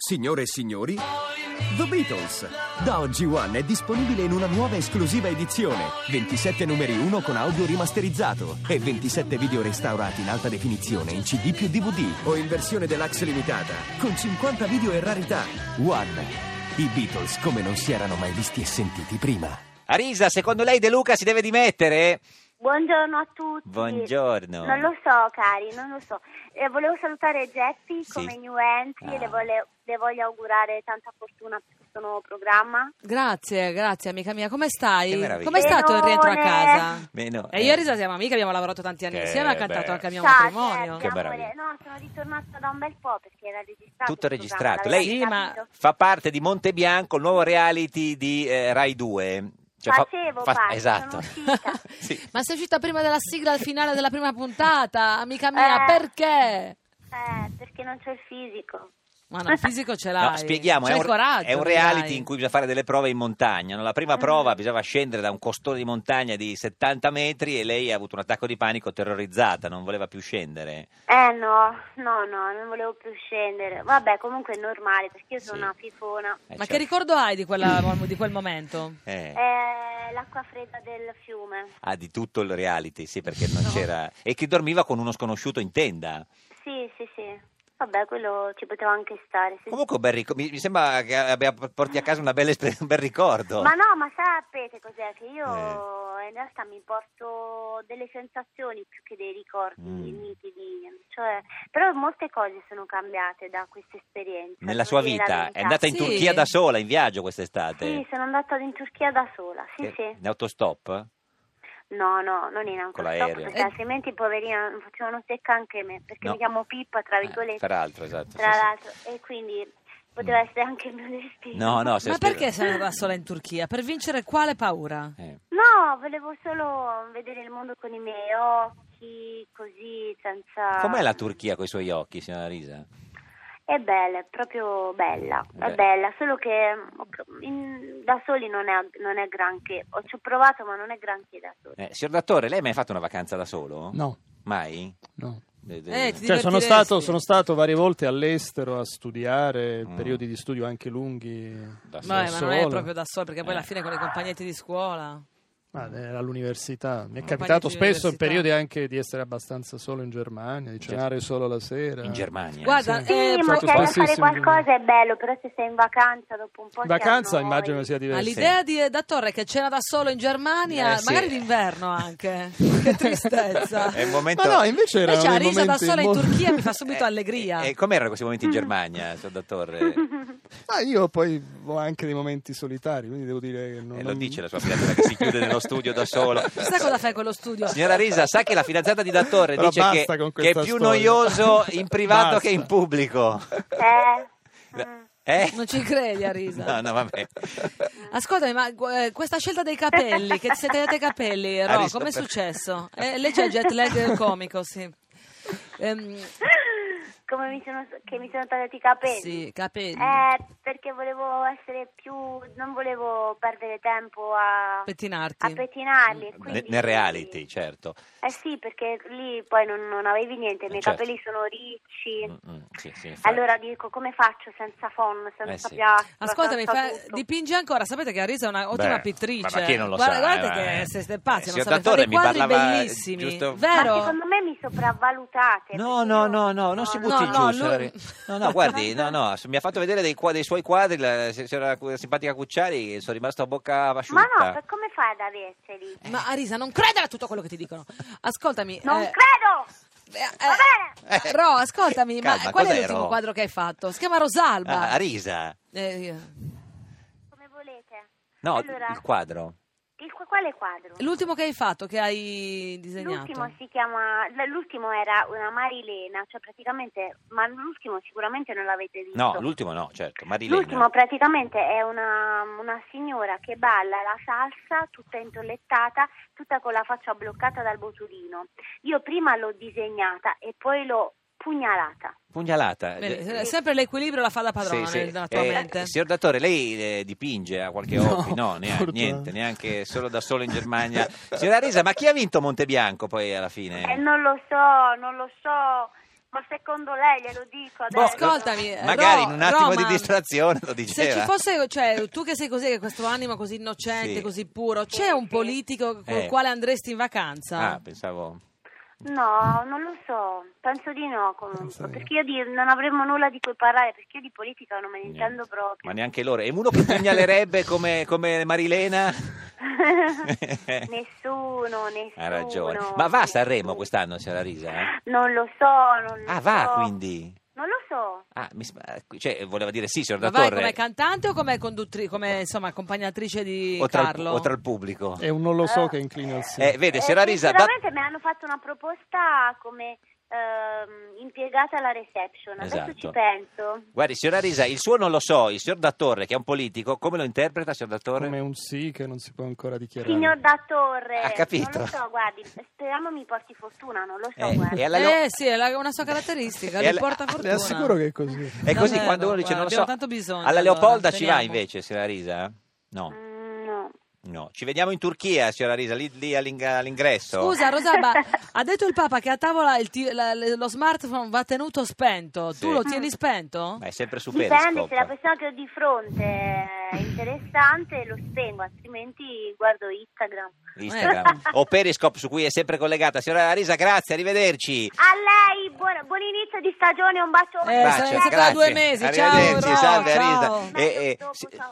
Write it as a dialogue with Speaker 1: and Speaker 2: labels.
Speaker 1: Signore e signori, The Beatles. Da oggi One è disponibile in una nuova esclusiva edizione. 27 numeri 1 con audio rimasterizzato e 27 video restaurati in alta definizione in CD più DVD o in versione deluxe limitata con 50 video e rarità. One. I Beatles come non si erano mai visti e sentiti prima.
Speaker 2: Arisa, secondo lei De Luca si deve dimettere?
Speaker 3: Buongiorno a tutti.
Speaker 2: Buongiorno.
Speaker 3: Non lo so, cari, non lo so. Eh, volevo salutare Geppi come new entry
Speaker 2: Ah.
Speaker 3: e le, vole- le voglio augurare tanta fortuna per questo nuovo programma.
Speaker 4: Grazie, grazie amica mia, come
Speaker 2: Che
Speaker 4: stai?
Speaker 2: meraviglia.
Speaker 4: Com'è stato il rientro a
Speaker 3: Benone.
Speaker 4: casa?
Speaker 2: Meno,
Speaker 4: E Eh, io e Risa siamo amiche, abbiamo lavorato tanti anni
Speaker 2: Che
Speaker 4: insieme, ha cantato
Speaker 2: bello.
Speaker 4: anche al mio
Speaker 3: Ciao,
Speaker 4: matrimonio.
Speaker 3: Geppi,
Speaker 2: Che
Speaker 3: amore.
Speaker 2: meraviglia.
Speaker 3: No, sono ritornata da un bel po' perché era registrato.
Speaker 2: Tutto
Speaker 3: il programma,
Speaker 2: registrato.
Speaker 3: l'avevo
Speaker 4: Lei- Sì, ma-
Speaker 3: capito.
Speaker 2: Fa parte di Montebianco, il nuovo reality di eh, Rai 2. Cioè, fa-
Speaker 3: Facevo
Speaker 2: fa-
Speaker 3: parte,
Speaker 2: Esatto.
Speaker 3: sono uscita.
Speaker 2: Sì.
Speaker 4: Ma sei uscita prima della sigla al finale della prima puntata, amica mia,
Speaker 3: Eh.
Speaker 4: perché?
Speaker 3: Eh, perché non c'è il fisico.
Speaker 4: Ma no, il fisico ce l'hai.
Speaker 2: No, spieghiamo,
Speaker 4: C'è
Speaker 2: è
Speaker 4: il
Speaker 2: un,
Speaker 4: coraggio.
Speaker 2: è un
Speaker 4: dai.
Speaker 2: reality in cui bisogna fare delle prove in montagna. no? La prima
Speaker 3: Mm-hmm.
Speaker 2: prova bisognava scendere da un costone di montagna di 70 metri e lei ha avuto un attacco di panico terrorizzata, non voleva più scendere.
Speaker 3: Eh no, no, no, non volevo più scendere. Vabbè, comunque è normale perché io sono
Speaker 2: Sì.
Speaker 3: una fifona.
Speaker 2: Eh,
Speaker 4: Ma
Speaker 2: cioè,
Speaker 4: che ricordo hai di, quella- di quel momento?
Speaker 2: eh.
Speaker 3: Eh, l'acqua fredda del fiume.
Speaker 2: Ah, di tutto il reality, sì, perché non c'era... E che dormiva con uno sconosciuto in tenda.
Speaker 3: Sì, sì, sì. Vabbè, quello ci poteva anche stare. sì.
Speaker 2: Comunque un bel ricor- mi, mi sembra che abbia, porti a casa una bella esper- un bel ricordo.
Speaker 3: Ma no, ma sapete cos'è? Che
Speaker 2: Eh.
Speaker 3: io in realtà mi porto delle sensazioni più che dei ricordi
Speaker 2: Mm.
Speaker 3: nitidi. Cioè, però molte cose sono cambiate da questa esperienza.
Speaker 2: Nella
Speaker 3: devo
Speaker 2: sua
Speaker 3: dire la
Speaker 2: vita.
Speaker 3: verità.
Speaker 2: È andata in
Speaker 4: Sì.
Speaker 2: Turchia da sola, in viaggio quest'estate.
Speaker 3: Sì, sono andata in Turchia da sola. Sì,
Speaker 2: Eh,
Speaker 3: sì.
Speaker 2: In autostop?
Speaker 3: No, no, non in ancora stop,
Speaker 2: l'aereo.
Speaker 3: perché
Speaker 4: Eh.
Speaker 3: altrimenti poverina non facevano secca anche me, perché
Speaker 2: No.
Speaker 3: mi chiamo Pippa, tra
Speaker 2: Eh,
Speaker 3: virgolette.
Speaker 2: peraltro, esatto.
Speaker 3: tra
Speaker 2: sì, sì.
Speaker 3: l'altro, e quindi poteva essere anche il mio destino.
Speaker 2: No, no, se
Speaker 4: Ma
Speaker 2: spiega-
Speaker 4: perché sei andata sola in Turchia? Per vincere quale paura?
Speaker 2: Eh,
Speaker 3: No, volevo solo vedere il mondo con i miei occhi, così, senza...
Speaker 2: Com'è la Turchia con i suoi occhi, signora Risa?
Speaker 3: È bella, è proprio bella, è
Speaker 2: Beh.
Speaker 3: bella, solo che mm, in- da soli non è, non è granché. Ho- Ci ho provato, ma non è granché da soli.
Speaker 2: Eh, signor Dattore, lei ha mai fatto una vacanza da solo?
Speaker 5: No,
Speaker 2: Mai?
Speaker 5: no.
Speaker 2: De- de-
Speaker 4: Eh, ti
Speaker 5: Cioè, sono
Speaker 4: divertiresti.
Speaker 5: stato, sono stato varie volte all'estero a studiare,
Speaker 2: Mm.
Speaker 5: periodi di studio anche lunghi.
Speaker 2: Da
Speaker 4: Ma,
Speaker 5: da
Speaker 4: ma non è
Speaker 5: solo.
Speaker 4: proprio da solo, perché poi
Speaker 2: Eh.
Speaker 4: alla fine con i compagnetti di scuola.
Speaker 5: Ma, eh, all'università. Mi è
Speaker 4: Compagni
Speaker 5: capitato
Speaker 4: di
Speaker 5: spesso in
Speaker 4: università.
Speaker 5: periodi anche di essere abbastanza solo in Germania, di cenare solo la sera.
Speaker 2: Certo. in Germania?
Speaker 4: Guarda,
Speaker 5: sì.
Speaker 4: eh,
Speaker 2: certo,
Speaker 3: Sì, ma
Speaker 5: proprio
Speaker 3: se hai da fare
Speaker 5: spassissimo.
Speaker 3: qualcosa è bello, però se sei in vacanza dopo un po'...
Speaker 5: In
Speaker 3: ti
Speaker 5: vacanza
Speaker 3: annoi.
Speaker 5: immagino sia
Speaker 4: Ma
Speaker 5: diverso.
Speaker 4: l'idea di eh, da Torre che cena da solo in Germania,
Speaker 2: Eh, sì.
Speaker 4: magari d'inverno anche. che tristezza.
Speaker 2: È un momento...
Speaker 5: Ma no, invece era
Speaker 4: Invece la
Speaker 5: un
Speaker 4: risa da
Speaker 5: momento
Speaker 4: sola in
Speaker 5: molto-
Speaker 4: Turchia mi fa subito
Speaker 2: Eh,
Speaker 4: allegria.
Speaker 2: eh, com'erano questi momenti in Germania, signor Dattore?
Speaker 5: Ma Ah, io poi ho anche dei momenti solitari, quindi devo dire che non...
Speaker 2: E Eh, lo dice la sua fidanzata che si chiude nello studio da solo.
Speaker 4: Sai cosa fai con lo studio?
Speaker 2: Signora Risa, sa che la fidanzata di Dattore
Speaker 5: Però
Speaker 2: dice che,
Speaker 5: basta con
Speaker 2: che è
Speaker 5: questa
Speaker 2: più
Speaker 5: storia.
Speaker 2: noioso in privato che
Speaker 5: Basta.
Speaker 2: in pubblico.
Speaker 3: Eh, mm.
Speaker 2: Eh?
Speaker 4: Non ci credi a risa.
Speaker 2: No, no, vabbè.
Speaker 4: Ascoltami, ma gu- eh, questa scelta dei capelli, che ti sei tagliato i capelli, Ro,
Speaker 2: Aristo-
Speaker 4: com'è successo? Eh, lei c'è il jet lag comico, sì. Ehm,
Speaker 3: Come mi sono, che mi sono tagliati i capelli.
Speaker 4: sì, capelli.
Speaker 3: Eh, perché volevo essere più... non volevo perdere tempo a...
Speaker 4: Pettinarti.
Speaker 3: a pettinarli. e
Speaker 2: Ne-
Speaker 3: quindi-
Speaker 2: Nel reality, certo.
Speaker 3: Eh sì, perché lì poi non, non avevi niente, i miei
Speaker 2: Certo.
Speaker 3: capelli sono ricci.
Speaker 2: Mm, mm, sì, sì, infatti. Eh
Speaker 3: Allora dico, come faccio senza phon, senza
Speaker 2: sì.
Speaker 3: piastra,
Speaker 4: Ascoltami,
Speaker 3: senza
Speaker 4: fa-
Speaker 3: tutto?
Speaker 4: dipinge ancora. Sapete che Arisa è una ottima
Speaker 2: Beh,
Speaker 4: pittrice.
Speaker 2: ma- ma chi non lo
Speaker 4: guarda,
Speaker 2: sa,
Speaker 4: guardate
Speaker 2: eh, ma-
Speaker 4: che se siete pazzi,
Speaker 2: eh,
Speaker 4: non
Speaker 2: signor
Speaker 4: sapete fare
Speaker 2: Dattore
Speaker 4: i
Speaker 2: mi
Speaker 4: quadri
Speaker 2: parlava, eh,
Speaker 4: bellissimi.
Speaker 2: giusto-
Speaker 3: Ma
Speaker 4: Vero?
Speaker 3: secondo me mi
Speaker 2: No,
Speaker 3: sopravvalutate. perché
Speaker 2: no,
Speaker 3: io-
Speaker 2: no, no, non si
Speaker 4: no,
Speaker 2: butti
Speaker 4: no,
Speaker 2: giù.
Speaker 4: lui-
Speaker 2: signora Re- No, no, guardi, no, no, mi ha fatto vedere dei, qua- dei suoi quadri, la signora cu- simpatica Cucciari, e sono rimasto a bocca
Speaker 3: Ma
Speaker 2: asciutta.
Speaker 3: no, per- come fai ad averceli?
Speaker 4: Ma Arisa, non credere a tutto quello che ti dicono. Ascoltami.
Speaker 3: Non
Speaker 4: eh,
Speaker 3: credo!
Speaker 4: eh, eh,
Speaker 3: Va
Speaker 2: bene!
Speaker 4: Ro, ascoltami,
Speaker 2: Calma,
Speaker 4: ma qual è
Speaker 2: cos'è,
Speaker 4: l'ultimo
Speaker 2: Ro?
Speaker 4: quadro che hai fatto? Si chiama Rosalba.
Speaker 2: Ah, Arisa.
Speaker 4: Eh,
Speaker 3: Come volete.
Speaker 2: No,
Speaker 3: Allora,
Speaker 2: il quadro.
Speaker 3: il qu- quale quadro?
Speaker 4: l'ultimo che hai fatto, che hai disegnato.
Speaker 3: L'ultimo si chiama. l- L'ultimo era una Marilena, cioè praticamente. Ma l'ultimo sicuramente non l'avete visto.
Speaker 2: No, l'ultimo no, certo, Marilena.
Speaker 3: L'ultimo praticamente è una, una signora che balla la salsa tutta intollettata, tutta con la faccia bloccata dal botulino. Io prima l'ho disegnata e poi l'ho pugnalata.
Speaker 2: Pugnalata.
Speaker 4: Bene, eh, sempre l'equilibrio la fa da padrona
Speaker 2: Sì, sì.
Speaker 4: nella tua
Speaker 2: Eh,
Speaker 4: mente.
Speaker 2: signor Dattore, lei eh, dipinge a qualche
Speaker 5: No,
Speaker 2: hobby? No, nea-
Speaker 5: purtroppo.
Speaker 2: niente, neanche solo da solo in Germania. Signora Risa, ma chi ha vinto Montebianco poi alla fine?
Speaker 3: Eh, non lo so, non lo so. Ma secondo lei glielo dico
Speaker 2: Boh,
Speaker 3: adesso?
Speaker 4: Ascoltami,
Speaker 2: Magari
Speaker 4: Ro-
Speaker 2: in un attimo di
Speaker 4: Roman,
Speaker 2: distrazione lo
Speaker 4: Se
Speaker 2: diceva.
Speaker 4: ci fosse, cioè, tu che sei così, che questo animo così innocente,
Speaker 2: Sì.
Speaker 4: così puro, c'è un politico con
Speaker 2: Eh.
Speaker 4: il quale andresti in vacanza?
Speaker 2: Ah, pensavo...
Speaker 3: No, non lo so, penso di no comunque,
Speaker 5: Penso di no.
Speaker 3: perché io di- non avremmo nulla di cui parlare, perché io di politica non me ne
Speaker 2: niente.
Speaker 3: intendo proprio.
Speaker 2: Ma neanche loro. E uno che segnalerebbe come, come Marilena?
Speaker 3: nessuno, nessuno.
Speaker 2: Ha ragione. Ma va a Sanremo
Speaker 3: nessuno.
Speaker 2: quest'anno, c'è la risa?
Speaker 3: Non lo so, non lo
Speaker 2: Ah, va
Speaker 3: so.
Speaker 2: quindi.
Speaker 3: Non lo so.
Speaker 2: Ah, mi sp- ah, qui- cioè, voleva dire sì, signor
Speaker 4: Ma
Speaker 2: La
Speaker 4: vai
Speaker 2: Torre.
Speaker 4: come cantante o come conduttrice, come insomma accompagnatrice di
Speaker 2: o, tra il,
Speaker 4: Carlo?
Speaker 2: o tra il pubblico.
Speaker 5: È un non lo so che inclina il Eh, sì.
Speaker 2: Eh, vede,
Speaker 3: Eh,
Speaker 2: signora Risa, da-
Speaker 3: sinceramente mi hanno fatto una proposta come ehm, impiegata alla reception, adesso
Speaker 2: Esatto.
Speaker 3: ci penso.
Speaker 2: guardi, signora Risa, il suo non lo so, il signor Dattore, che è un politico, come lo interpreta, signor Dattore?
Speaker 5: Come un sì che non si può ancora dichiarare.
Speaker 3: Signor da Torre,
Speaker 2: Ha capito.
Speaker 3: non lo so, guardi, speriamo mi porti fortuna, non lo so,
Speaker 2: Eh,
Speaker 3: guarda.
Speaker 2: e alla-
Speaker 4: Eh sì, è la- una sua caratteristica,
Speaker 2: E
Speaker 4: lui
Speaker 2: alla-
Speaker 4: porta fortuna.
Speaker 5: Le assicuro che è così.
Speaker 2: È così
Speaker 4: Davvero,
Speaker 2: quando uno dice
Speaker 4: guarda,
Speaker 2: non lo so.
Speaker 4: abbiamo tanto bisogno,
Speaker 2: Alla
Speaker 4: allora,
Speaker 2: Leopolda ci va
Speaker 4: speriamo.
Speaker 2: invece, signora Risa? No,
Speaker 3: Mm, no.
Speaker 2: no. Ci vediamo in Turchia, signora Risa, lì, lì all'ing- all'ingresso.
Speaker 4: Scusa Rosalba, ha detto il Papa che a tavola il ti- la- le- lo smartphone va tenuto spento,
Speaker 2: Sì.
Speaker 4: tu lo tieni spento?
Speaker 2: Ma è sempre su
Speaker 3: Dipende se la
Speaker 2: Periscope.
Speaker 3: persona che ho di fronte è interessante, lo spengo, altrimenti guardo Instagram.
Speaker 2: Instagram. o Periscope su cui è sempre collegata. Signora Risa, grazie, arrivederci.
Speaker 3: A lei, buona- buon inizio di stagione, un bacio.
Speaker 4: Eh,
Speaker 2: Bacio,
Speaker 4: sono iniziata da
Speaker 2: grazie.
Speaker 4: due mesi, ciao,
Speaker 2: Arrivederci,
Speaker 4: Ro,
Speaker 2: salve
Speaker 4: ciao.
Speaker 2: Risa. E- e-
Speaker 3: Dopo,
Speaker 2: si-
Speaker 3: ciao.